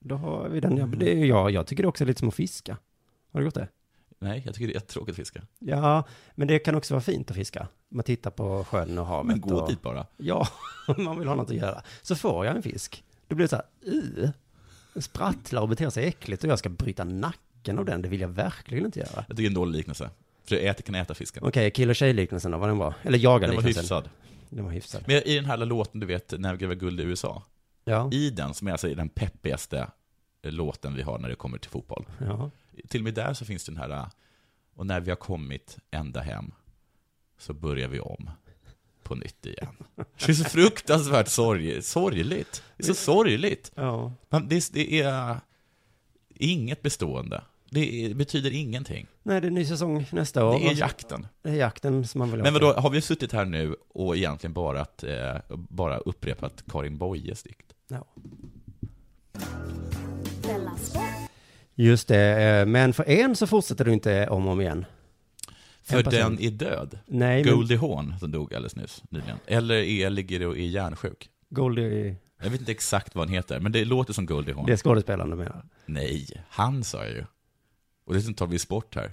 S3: då har vi den. Ja, det är, jag, jag tycker det också är lite som att fiska. Har du gjort det?
S4: Nej, jag tycker det är jättetråkigt att fiska.
S3: Ja, men det kan också vara fint att fiska. Man tittar på sjön och havet.
S4: Men gå
S3: och,
S4: dit bara.
S3: Ja, man vill ha något att göra. Så får jag en fisk. Då blir det så här, "Uh." Den sprattlar och beter sig äckligt och jag ska bryta nacken av den. Det vill jag verkligen inte göra.
S4: Jag tycker det är en dålig liknelse. För du äter, kan äta fisken.
S3: Okej, kill och tjej-liknelsen då, vad den var. Eller
S4: Den var
S3: jagar-liknelsen.
S4: hyfsad.
S3: Den var hyfsad.
S4: Men i den här lilla låten, du vet, När vi gräver guld i USA.
S3: Ja,
S4: I den, som är alltså den peppigaste eh, låten vi har när det kommer till fotboll.
S3: ja.
S4: Till och med där så finns den här, äh, och när vi har kommit ända hem så börjar vi om på nytt igen. Det är så fruktansvärt sorg, sorgligt. Det är så sorgligt.
S3: ja.
S4: Man, det, är- det är eh, inget bestående. Det är, betyder ingenting.
S3: Nej, det är en ny säsong nästa år.
S4: Det är jakten.
S3: Det är jakten som man vill ha.
S4: Men vadå, har vi suttit här nu och egentligen bara, att, eh, bara upprepat Karin Boyes dikt?
S3: Ja.
S2: Della Sport.
S3: Just det, eh, men för en så fortsätter du inte om och om igen.
S4: För
S3: En person.
S4: den är död.
S3: Nej, men
S4: Goldie Hawn som dog alldeles nyss, nyligen. Eller är, ligger och är hjärnsjuk.
S3: Goldie,
S4: Jag vet inte exakt vad han heter, men det låter som Goldie Hawn.
S3: det är skådespelaren du menar.
S4: Nej, han sa jag ju. Och dessutom tar vi sport här.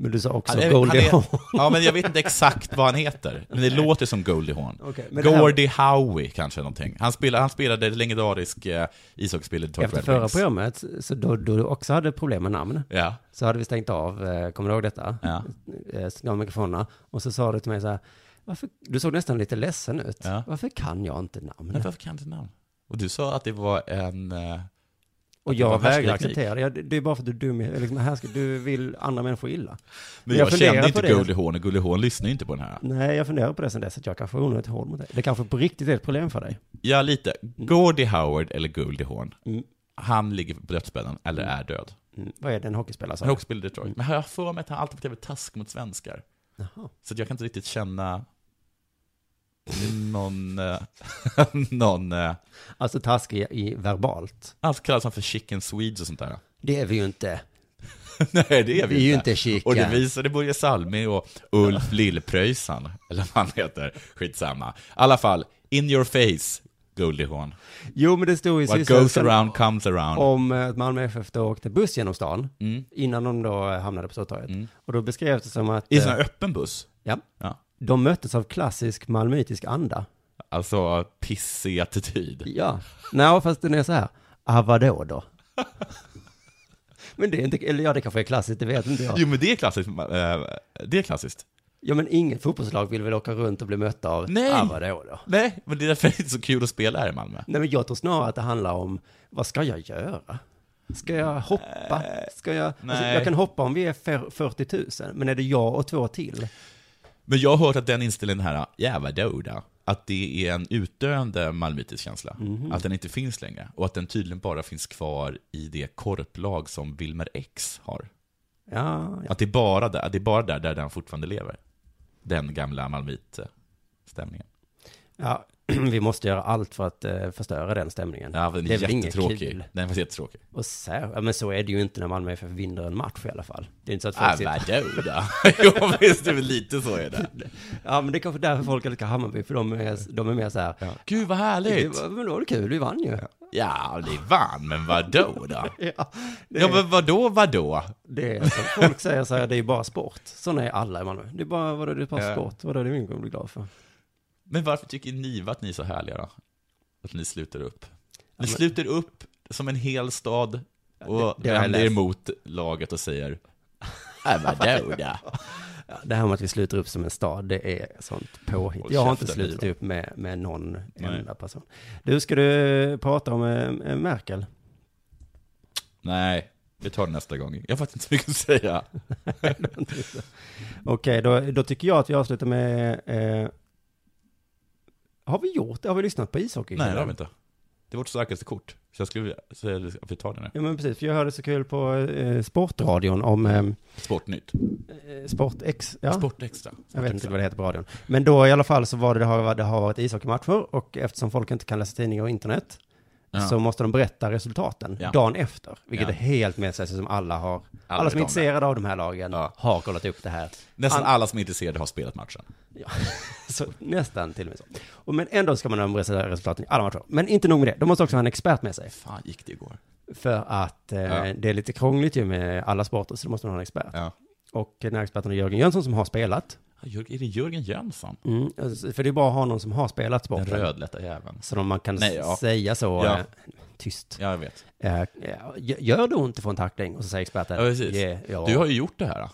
S3: Men du sa också
S4: Han är-
S3: Goldie
S4: han är-
S3: Hawn.
S4: Ja, men jag vet inte exakt vad han heter. Men det låter som Goldie Hawn.
S3: Okej, men det här-
S4: Gordie Howe kanske någonting. Han spelade, han spelade ett legendarisk eh, ishockeyspelare i Detroit
S3: Efter
S4: Red
S3: förra
S4: Wings.
S3: programmet, så då då du också hade problem med namn,
S4: Ja,
S3: så hade vi stängt av, eh, kommer du ihåg detta?
S4: ja.
S3: Eh, Stängt av mikrofonerna. Och så sa du till mig så här, varför, du såg nästan lite ledsen ut.
S4: Ja.
S3: Varför kan jag inte namn?
S4: Men varför kan du inte namn? Och du sa att det var en... eh,
S3: och
S4: det var
S3: jag vägrar
S4: härskarteknik.
S3: acceptera det. Ja, det. Det är bara för att du är dum, i- liksom, här ska, du vill andra människor illa.
S4: Men
S3: jag
S4: jag,
S3: funderar
S4: kände
S3: på
S4: inte
S3: det.
S4: Goldie Hawn och Goldie Hawn lyssnar ju inte på den här.
S3: Nej, jag funderar på det sen dess, att jag kanske är onödigt hård mot dig. Det kanske på riktigt är ett problem för dig.
S4: Ja, lite. Gordie Howard eller Goldie Hawn.
S3: Mm.
S4: Han ligger på dödsbädden, eller är död.
S3: Mm. Vad är det Mm. en hockeyspelare
S4: Han har
S3: sa?
S4: också spelat i Detroit. Men jag har för mig att han alltid varit jävligt task mot svenskar.
S3: Jaha.
S4: Så att jag kan inte riktigt känna någon... eh, någon eh,
S3: Alltså taskig i verbalt.
S4: han kallas han för chicken swedes och sånt där.
S3: Det är vi ju inte.
S4: Nej, det är vi,
S3: Vi är ju inte chica.
S4: Och det visade Börje Salmi och Ulf Lillpröjsan, eller vad han heter. Skitsamma. I alla fall, in your face, Goldie Hawn.
S3: Jo, men det stod i
S4: What goes
S3: Sydsvenskan
S4: around comes around.
S3: om eh, att Malmö FF då åkte buss genom stan
S4: Mm.
S3: innan de då eh, hamnade på Stortorget.
S4: Mm.
S3: Och då beskrevs det som att
S4: I en sån
S3: eh,
S4: här öppen buss.
S3: ja,
S4: Ja.
S3: de möttes av klassisk malmöitisk anda.
S4: Alltså, pissig attityd.
S3: Ja, nej, fast den är så här, ah vadå då? Men det är inte, eller ja det kanske är klassiskt, det vet inte jag.
S4: Jo men det är klassiskt, eh, det är klassiskt.
S3: Ja men inget fotbollslag vill väl åka runt och bli mötta av
S4: Nej.
S3: Avador då?
S4: Nej, men det är därför det är inte så kul att spela här i Malmö.
S3: Nej men jag tror snarare att det handlar om, vad ska jag göra? Ska jag hoppa? Ska jag, alltså,
S4: nej.
S3: jag kan hoppa om vi är fyr- 40 000, men är det jag och två till?
S4: Men jag har hört att den inställningen här, jävla doda, att det är en utdöende malmöitisk känsla.
S3: Mhm. Mm.
S4: Att den inte finns längre. Och att den tydligen bara finns kvar i det korplag som Wilmer X har.
S3: Ja, ja.
S4: Att det är bara där, det är bara där, där den fortfarande lever. Den gamla malmöit-stämningen.
S3: Mm. ja vi måste göra allt för att eh, förstöra den stämningen.
S4: Ja, den
S3: det
S4: är,
S3: väl inget
S4: jättetråkig.
S3: kul.
S4: Den är faktiskt jättetråkig.
S3: Och så, ja, men så är det ju inte när Malmö FF vinner en match i alla fall. Det är inte så att folk sitter...
S4: Jävla doda. Äh, jo, visst, det är väl lite så är det.
S3: Ja, men det är kanske därför folk älskar Hammarby, för de är, de är mer så här...
S4: Gud, vad
S3: Det
S4: härligt.
S3: var, men då var det kul, vi vann ju.
S4: Ja, ni vann, men vadå då?
S3: Ja, det,
S4: Ja, men vadå, vadå?
S3: det är så. Folk säger så här, det är bara sport. Sådana är alla i Malmö. Det är bara, vadå, det är bara
S4: Ja.
S3: sport. Vadå, det är ingen kommer bli glad för.
S4: Men varför tycker ni att ni är så härliga då? Att ni sluter upp? Ni sluter upp som en hel stad och
S3: det har jag
S4: vänder er
S3: läst.
S4: mot laget och säger "Ja, Vadå då?
S3: Ja, Det här med att vi sluter upp som en stad, det är sånt påhitt. Jag har inte
S4: käften,
S3: slutit upp med, med någon
S4: Nej.
S3: enda person. Du, ska du prata om eh, Merkel?
S4: Nej, vi tar det nästa gång. Jag har faktiskt inte så mycket att säga.
S3: Okej, då, då tycker jag att vi avslutar med... Eh, har vi gjort det? Har vi lyssnat på ishockey?
S4: Nej, det har vi inte. Det är vårt starkaste kort. Så jag skulle vilja säga att vi tar det nu.
S3: Ja, men precis. För jag hörde så kul på eh, Sportradion om eh,
S4: Sportnytt.
S3: eh, Sportex. Ja,
S4: Sportextra.
S3: jag vet inte vad det heter på radion. Men då i alla fall så var det, det har, det har varit ishockeymatcher och eftersom folk inte kan läsa tidningar och internet
S4: Ja.
S3: så måste de berätta resultaten
S4: Ja.
S3: dagen efter. Vilket
S4: Ja.
S3: är helt med sig som alla har. Alla,
S4: vet
S3: som
S4: om
S3: är intresserade av de här lagen
S4: Ja.
S3: har kollat upp det här.
S4: Nästan alla som är intresserade har spelat matchen.
S3: Ja, så, nästan till och med så. Och, men ändå ska man ha resultaten i alla matcher. Men inte nog med det, de måste också ha en expert med sig.
S4: Fan, gick det igår?
S3: För att eh,
S4: Ja.
S3: det är lite krångligt ju med alla sporter, så då måste man ha en expert.
S4: Ja.
S3: Och den här experten är Jörgen Jönsson som har spelat.
S4: Jörg- Är det Jörgen Jönsson?
S3: Mm, alltså, för det är bara att ha någon som har spelat
S4: Den
S3: sporten.
S4: rödlätta jäveln.
S3: Så om man kan
S4: Nej, ja.
S3: säga så
S4: Ja.
S3: eh, tyst.
S4: Ja, jag vet.
S3: Eh, ja, gör det ont att få en tackling? Och så säger experten.
S4: Ja, precis.
S3: "Yeah, ja,
S4: Du har ju gjort det här. då.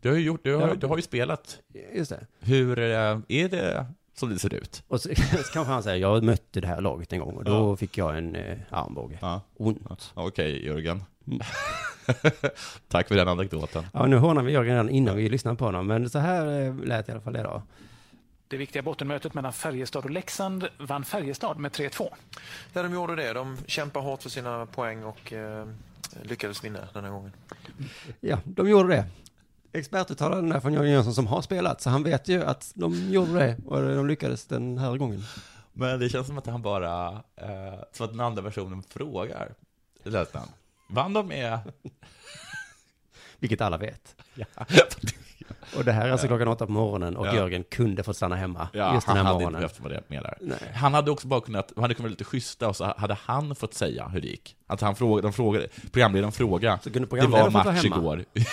S4: Du har ju, gjort, du har,
S3: Ja.
S4: du har ju spelat.
S3: Just det.
S4: Hur eh, är det som det ser ut?
S3: Och så, så kanske han säger, jag mötte det här laget en gång och då
S4: Ja.
S3: fick jag en eh, armbåge.
S4: Ja.
S3: Ont.
S4: Okej, Jörgen. Tack för den anekdoten.
S3: Ja, nu hånar vi Jörgen redan innan vi lyssnar på honom, men så här eh, lät i alla fall det då.
S7: Det viktiga bottenmötet mellan Färjestad och Leksand vann Färjestad med 3-2.
S8: Ja, de gjorde det. De kämpade hårt för sina poäng och eh, lyckades vinna den här gången.
S3: Ja, de gjorde det. Expertuttalanden där från Jörgen Jönsson som har spelat, så han vet ju att de gjorde det och de lyckades den här gången.
S4: Men det känns som att han bara, eh, som att den andra personen frågar. Det lät han. Vann de med?
S3: Vilket alla vet.
S4: Ja,
S3: Och det här är alltså klockan åtta på morgonen och
S4: Ja.
S3: Jörgen kunde fått stanna hemma
S4: ja
S3: just den
S4: han
S3: här
S4: hade inte
S3: morgonen.
S4: behövt vara med där. Han hade också bara kunnat, han hade kunnat vara lite schyssta och så hade han fått säga hur det gick. Att han frågade, de frågade, programledaren frågade.
S3: Så kunde
S4: det var
S3: programledaren fått
S4: match
S3: vara
S4: igår.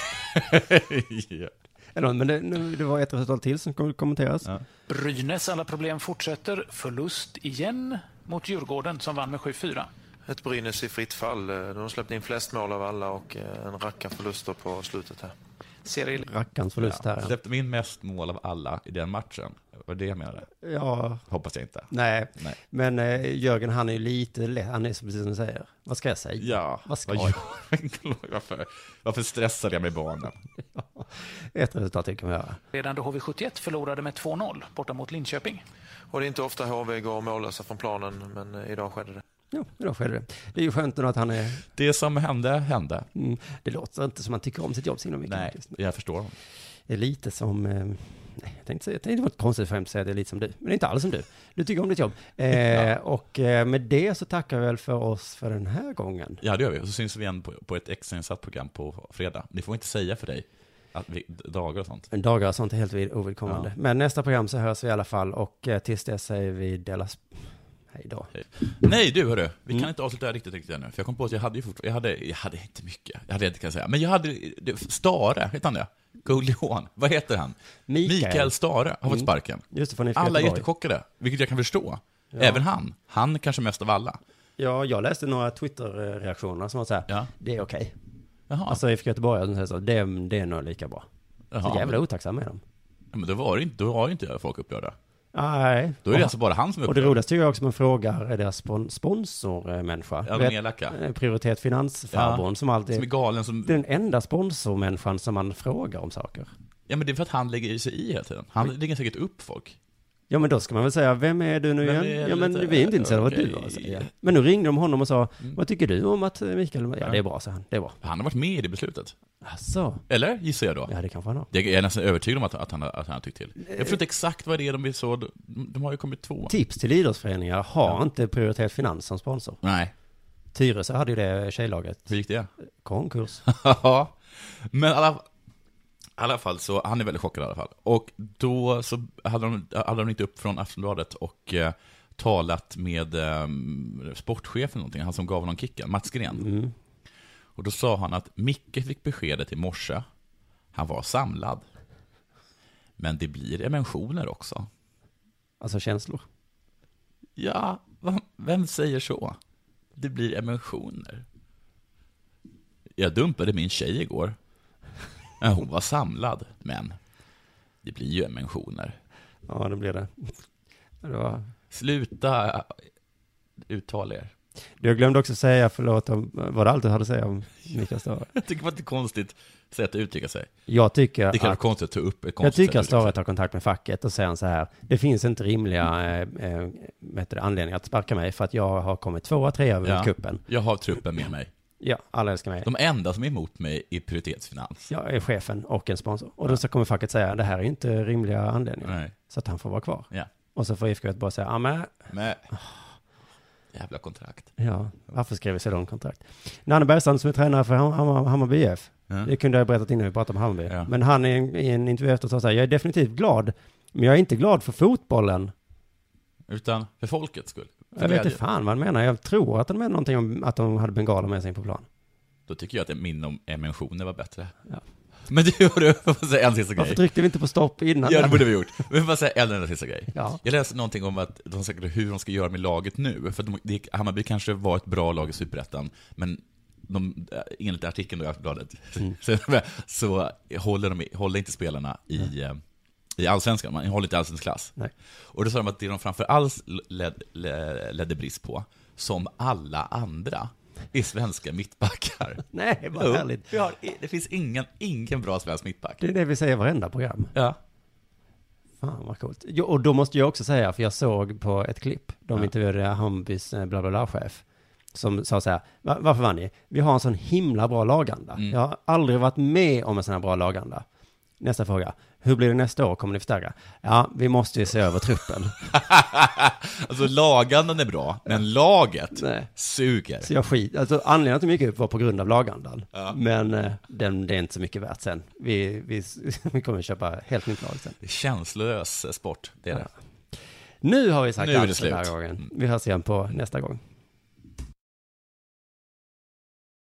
S4: ja.
S3: Eller, men det, nu, det var ett resultat till som kommer att kommenteras.
S4: Ja.
S7: Brynäs alla problem fortsätter. Förlust igen mot Djurgården som vann med 7-4.
S8: Ett Brynäs i fritt fall. Eh, De släppte in flest mål av alla och eh, en racka förluster på slutet här.
S7: Serieledare
S3: Rackarns förlust här. ja.
S4: Släppte vi in mest mål av alla i den matchen? Var det jag menade?
S3: Ja,
S4: Hoppas jag inte.
S3: nej.
S4: Nej.
S3: Men eh, Jörgen han är ju lite lätt, han är så precis som du säger. Vad ska jag säga?
S4: Ja,
S3: Vad ska
S4: jag? varför, varför stressade jag med barnen?
S3: Ett resultat till kan vi göra.
S7: HV71 förlorade med 2-0 borta mot Linköping.
S8: Och det är inte ofta HV går mållösa från planen, men eh, idag skedde det.
S3: Ja, då skedde det. Det är ju skönt ändå att han är,
S4: Det som hände, hände.
S3: mm, det låter inte som han tycker om sitt jobb så himla mycket.
S4: Nej,
S3: faktiskt.
S4: jag förstår honom.
S3: Det är lite som, eh, nej, jag tänkte säga, jag tänkte det var ett konstigt skämt att säga att det är lite som du, men det är inte alls som du. Du tycker om ditt jobb. Eh, Och eh, med det så tackar vi väl för oss för den här gången.
S4: Ja, det gör vi. Och så syns vi igen på, på ett extrainsatt program på fredag. Det får vi inte säga för dig, att vi, dagar och sånt.
S3: Dagar och sånt är alltså helt vid- ovidkommande.
S4: Ja.
S3: Men nästa program så hörs vi i alla fall och eh, tills dess säger vi delas... Hej då.
S4: Nej, du hörru, vi
S3: Mm.
S4: kan inte avsluta det här riktigt riktigt ännu. För jag kom på att jag hade ju fortfarande, jag hade, jag hade inte mycket. Jag hade inte kan säga. Men jag hade, det- Stare, heter han det? Gullion, vad heter han?
S3: Mikael.
S4: Mikael Stare har fått
S3: Mm.
S4: sparken.
S3: Just det, från IFK
S4: Alla är
S3: Göteborg.
S4: jättechockade, vilket jag kan förstå. Även han. Han kanske mest av alla.
S3: Ja, jag läste några Twitter-reaktioner som var så här,
S4: Ja.
S3: det är okej.
S4: Jaha.
S3: Alltså IFK Göteborg, de säger Alltså, så, det, det är nog lika bra. Så
S4: Jaha.
S3: jävla otacksamma är de.
S4: Ja, men då, var det inte, då var ju inte folk upprörda.
S3: Nej.
S4: Då är det alltså bara han som är
S3: Och det
S4: upprörd.
S3: roligaste är ju också man frågar är deras spon- sponsormänniska.
S4: Ja, Alltså, de
S3: Vet-
S4: elaka.
S3: eh, Prioritet finansfarbrorn som alltid...
S4: Som är galen. Som,
S3: den enda sponsormänniskan som man frågar om saker.
S4: ja, men det är för att han lägger sig i hela tiden. Han lägger säkert upp folk.
S3: Ja men då ska man väl säga, vem är du nu
S4: Vem
S3: igen?
S4: är
S3: Ja men
S4: lite-
S3: vi är inte intresserade av vad
S4: okej. Mm.
S3: du har att säga. Men nu ringde de honom och sa, vad tycker du om att eh, Mikael, ja det är bra sa han, det är bra.
S4: Han har varit med i det beslutet.
S3: Alltså,
S4: Eller? Gissar jag då.
S3: ja det kanske han har.
S4: Jag är nästan övertygad om att, att, han, att han har tyckt till. Jag
S3: Eh.
S4: tror inte exakt vad det är de vill så. De har ju kommit två.
S3: Tips till idrottsföreningar, har inte prioritet finans som sponsor.
S4: Nej,
S3: Tyresö hade ju det tjejlaget,
S4: hur gick det?
S3: konkurs.
S4: Ja, men i alla, alla fall så, han är väldigt chockad i alla fall. Och då så hade de, hade de ringt upp från Aftonbladet och eh, talat med eh, sportchefen eller någonting, han som gav honom kicken, Mats Gren. Och då sa han att Micke fick beskedet i morse, han var samlad. Men det blir emotioner också.
S3: Alltså känslor.
S4: Ja, va- vem säger så? Det blir emotioner. Jag dumpade min tjej igår. Men Hon var samlad, men det blir ju emotioner.
S3: Ja det blir det. det var...
S4: Sluta äh, uttala er.
S3: Jag glömde också säga, förlåt, om, var det allt du hade att säga om Mikael Stare?
S4: Jag tycker att det är ett konstigt sätt att uttrycka sig.
S3: Jag tycker
S4: Det är
S3: att
S4: kanske konstigt att ta upp ett
S3: Jag
S4: konstigt
S3: tycker att
S4: sätt att liksom-
S3: Stare
S4: uttrycka
S3: tar kontakt med facket och säger så här. Det finns inte rimliga eh, eh, vad heter det, anledningar att sparka mig för att jag har kommit tvåa, trea över
S4: Ja.
S3: cupen.
S4: sig. Jag har truppen med mig.
S3: Ja, alla älskar mig.
S4: De enda som är emot mig är Prioritetsfinans.
S3: Jag är chefen och en sponsor. Och då så kommer facket säga, det här är ju inte rimliga anledningar.
S4: Nej.
S3: Så att han får vara kvar.
S4: Ja.
S3: Och så får IFK Göteborg säga, ja men,
S4: Men... Jävla kontrakt.
S3: ja, varför skrev vi så långt kontrakt? Nanne Bergstrand som är tränare för Ham- Hammar- Hammarby IF,
S4: Ja.
S3: det kunde jag ha berättat innan vi pratade om Hammarby.
S4: Ja.
S3: Men han i en, i en intervju efteråt sa så här, jag är definitivt glad, men jag är inte glad för fotbollen.
S4: Utan för folkets skull. För
S3: Jag vet
S4: glädjen.
S3: inte fan vad han menar. Jag tror att han menar någonting om att de hade bengaler med sig in på plan.
S4: Då tycker jag att min om emissioner var bättre.
S3: Ja.
S4: Men du, hörru, får jag säga en sista
S3: Varför
S4: grej?
S3: tryckte vi inte på stopp innan?
S4: Ja, det borde vi gjort. Men får jag bara säga en enda sista grej?
S3: Ja.
S4: Jag läste någonting om att de säkert hur de ska göra med laget nu. För att de, det, Hammarby kanske var ett bra lag i Superettan, men de, eh, enligt artikeln då i Aftonbladet,
S3: Mm.
S4: så, så håller, de, håller inte spelarna i, eh, i allsvenskan. Man håller inte allsvensk klass.
S3: Nej.
S4: Och då sa de att det de framför allt led, led, ledde brist på, som alla andra, är svenska mittbackar.
S3: Nej, vad
S4: Jo,
S3: härligt.
S4: vi har, det finns ingen, ingen bra svensk mittback.
S3: Det är det vi säger i varenda program.
S4: Ja.
S3: Fan vad coolt. Jo, och då måste jag också säga, för jag såg på ett klipp, de
S4: Ja.
S3: intervjuade Hammarbys eh, bla bla bla chef, som sa så här, "Va- varför vann ni? Vi har en sån himla bra laganda.
S4: Mm.
S3: Jag har aldrig varit med om en sån här bra laganda. Nästa fråga, hur blir det nästa år? Kommer ni förstärka? Ja, vi måste ju se över truppen.
S4: Alltså laganden är bra, men laget
S3: Nej.
S4: suger.
S3: Så jag skit, alltså anledningen till att de gick upp var på grund av lagandan. Men eh, den, det är inte så mycket värt sen. Vi, vi, vi kommer köpa helt nytt lag sen.
S4: Känslolös sport, det är det.
S3: Nu har vi sagt
S4: Nu är det
S3: allt för den här
S4: slut. Mm.
S3: gången. Vi hörs igen på nästa gång.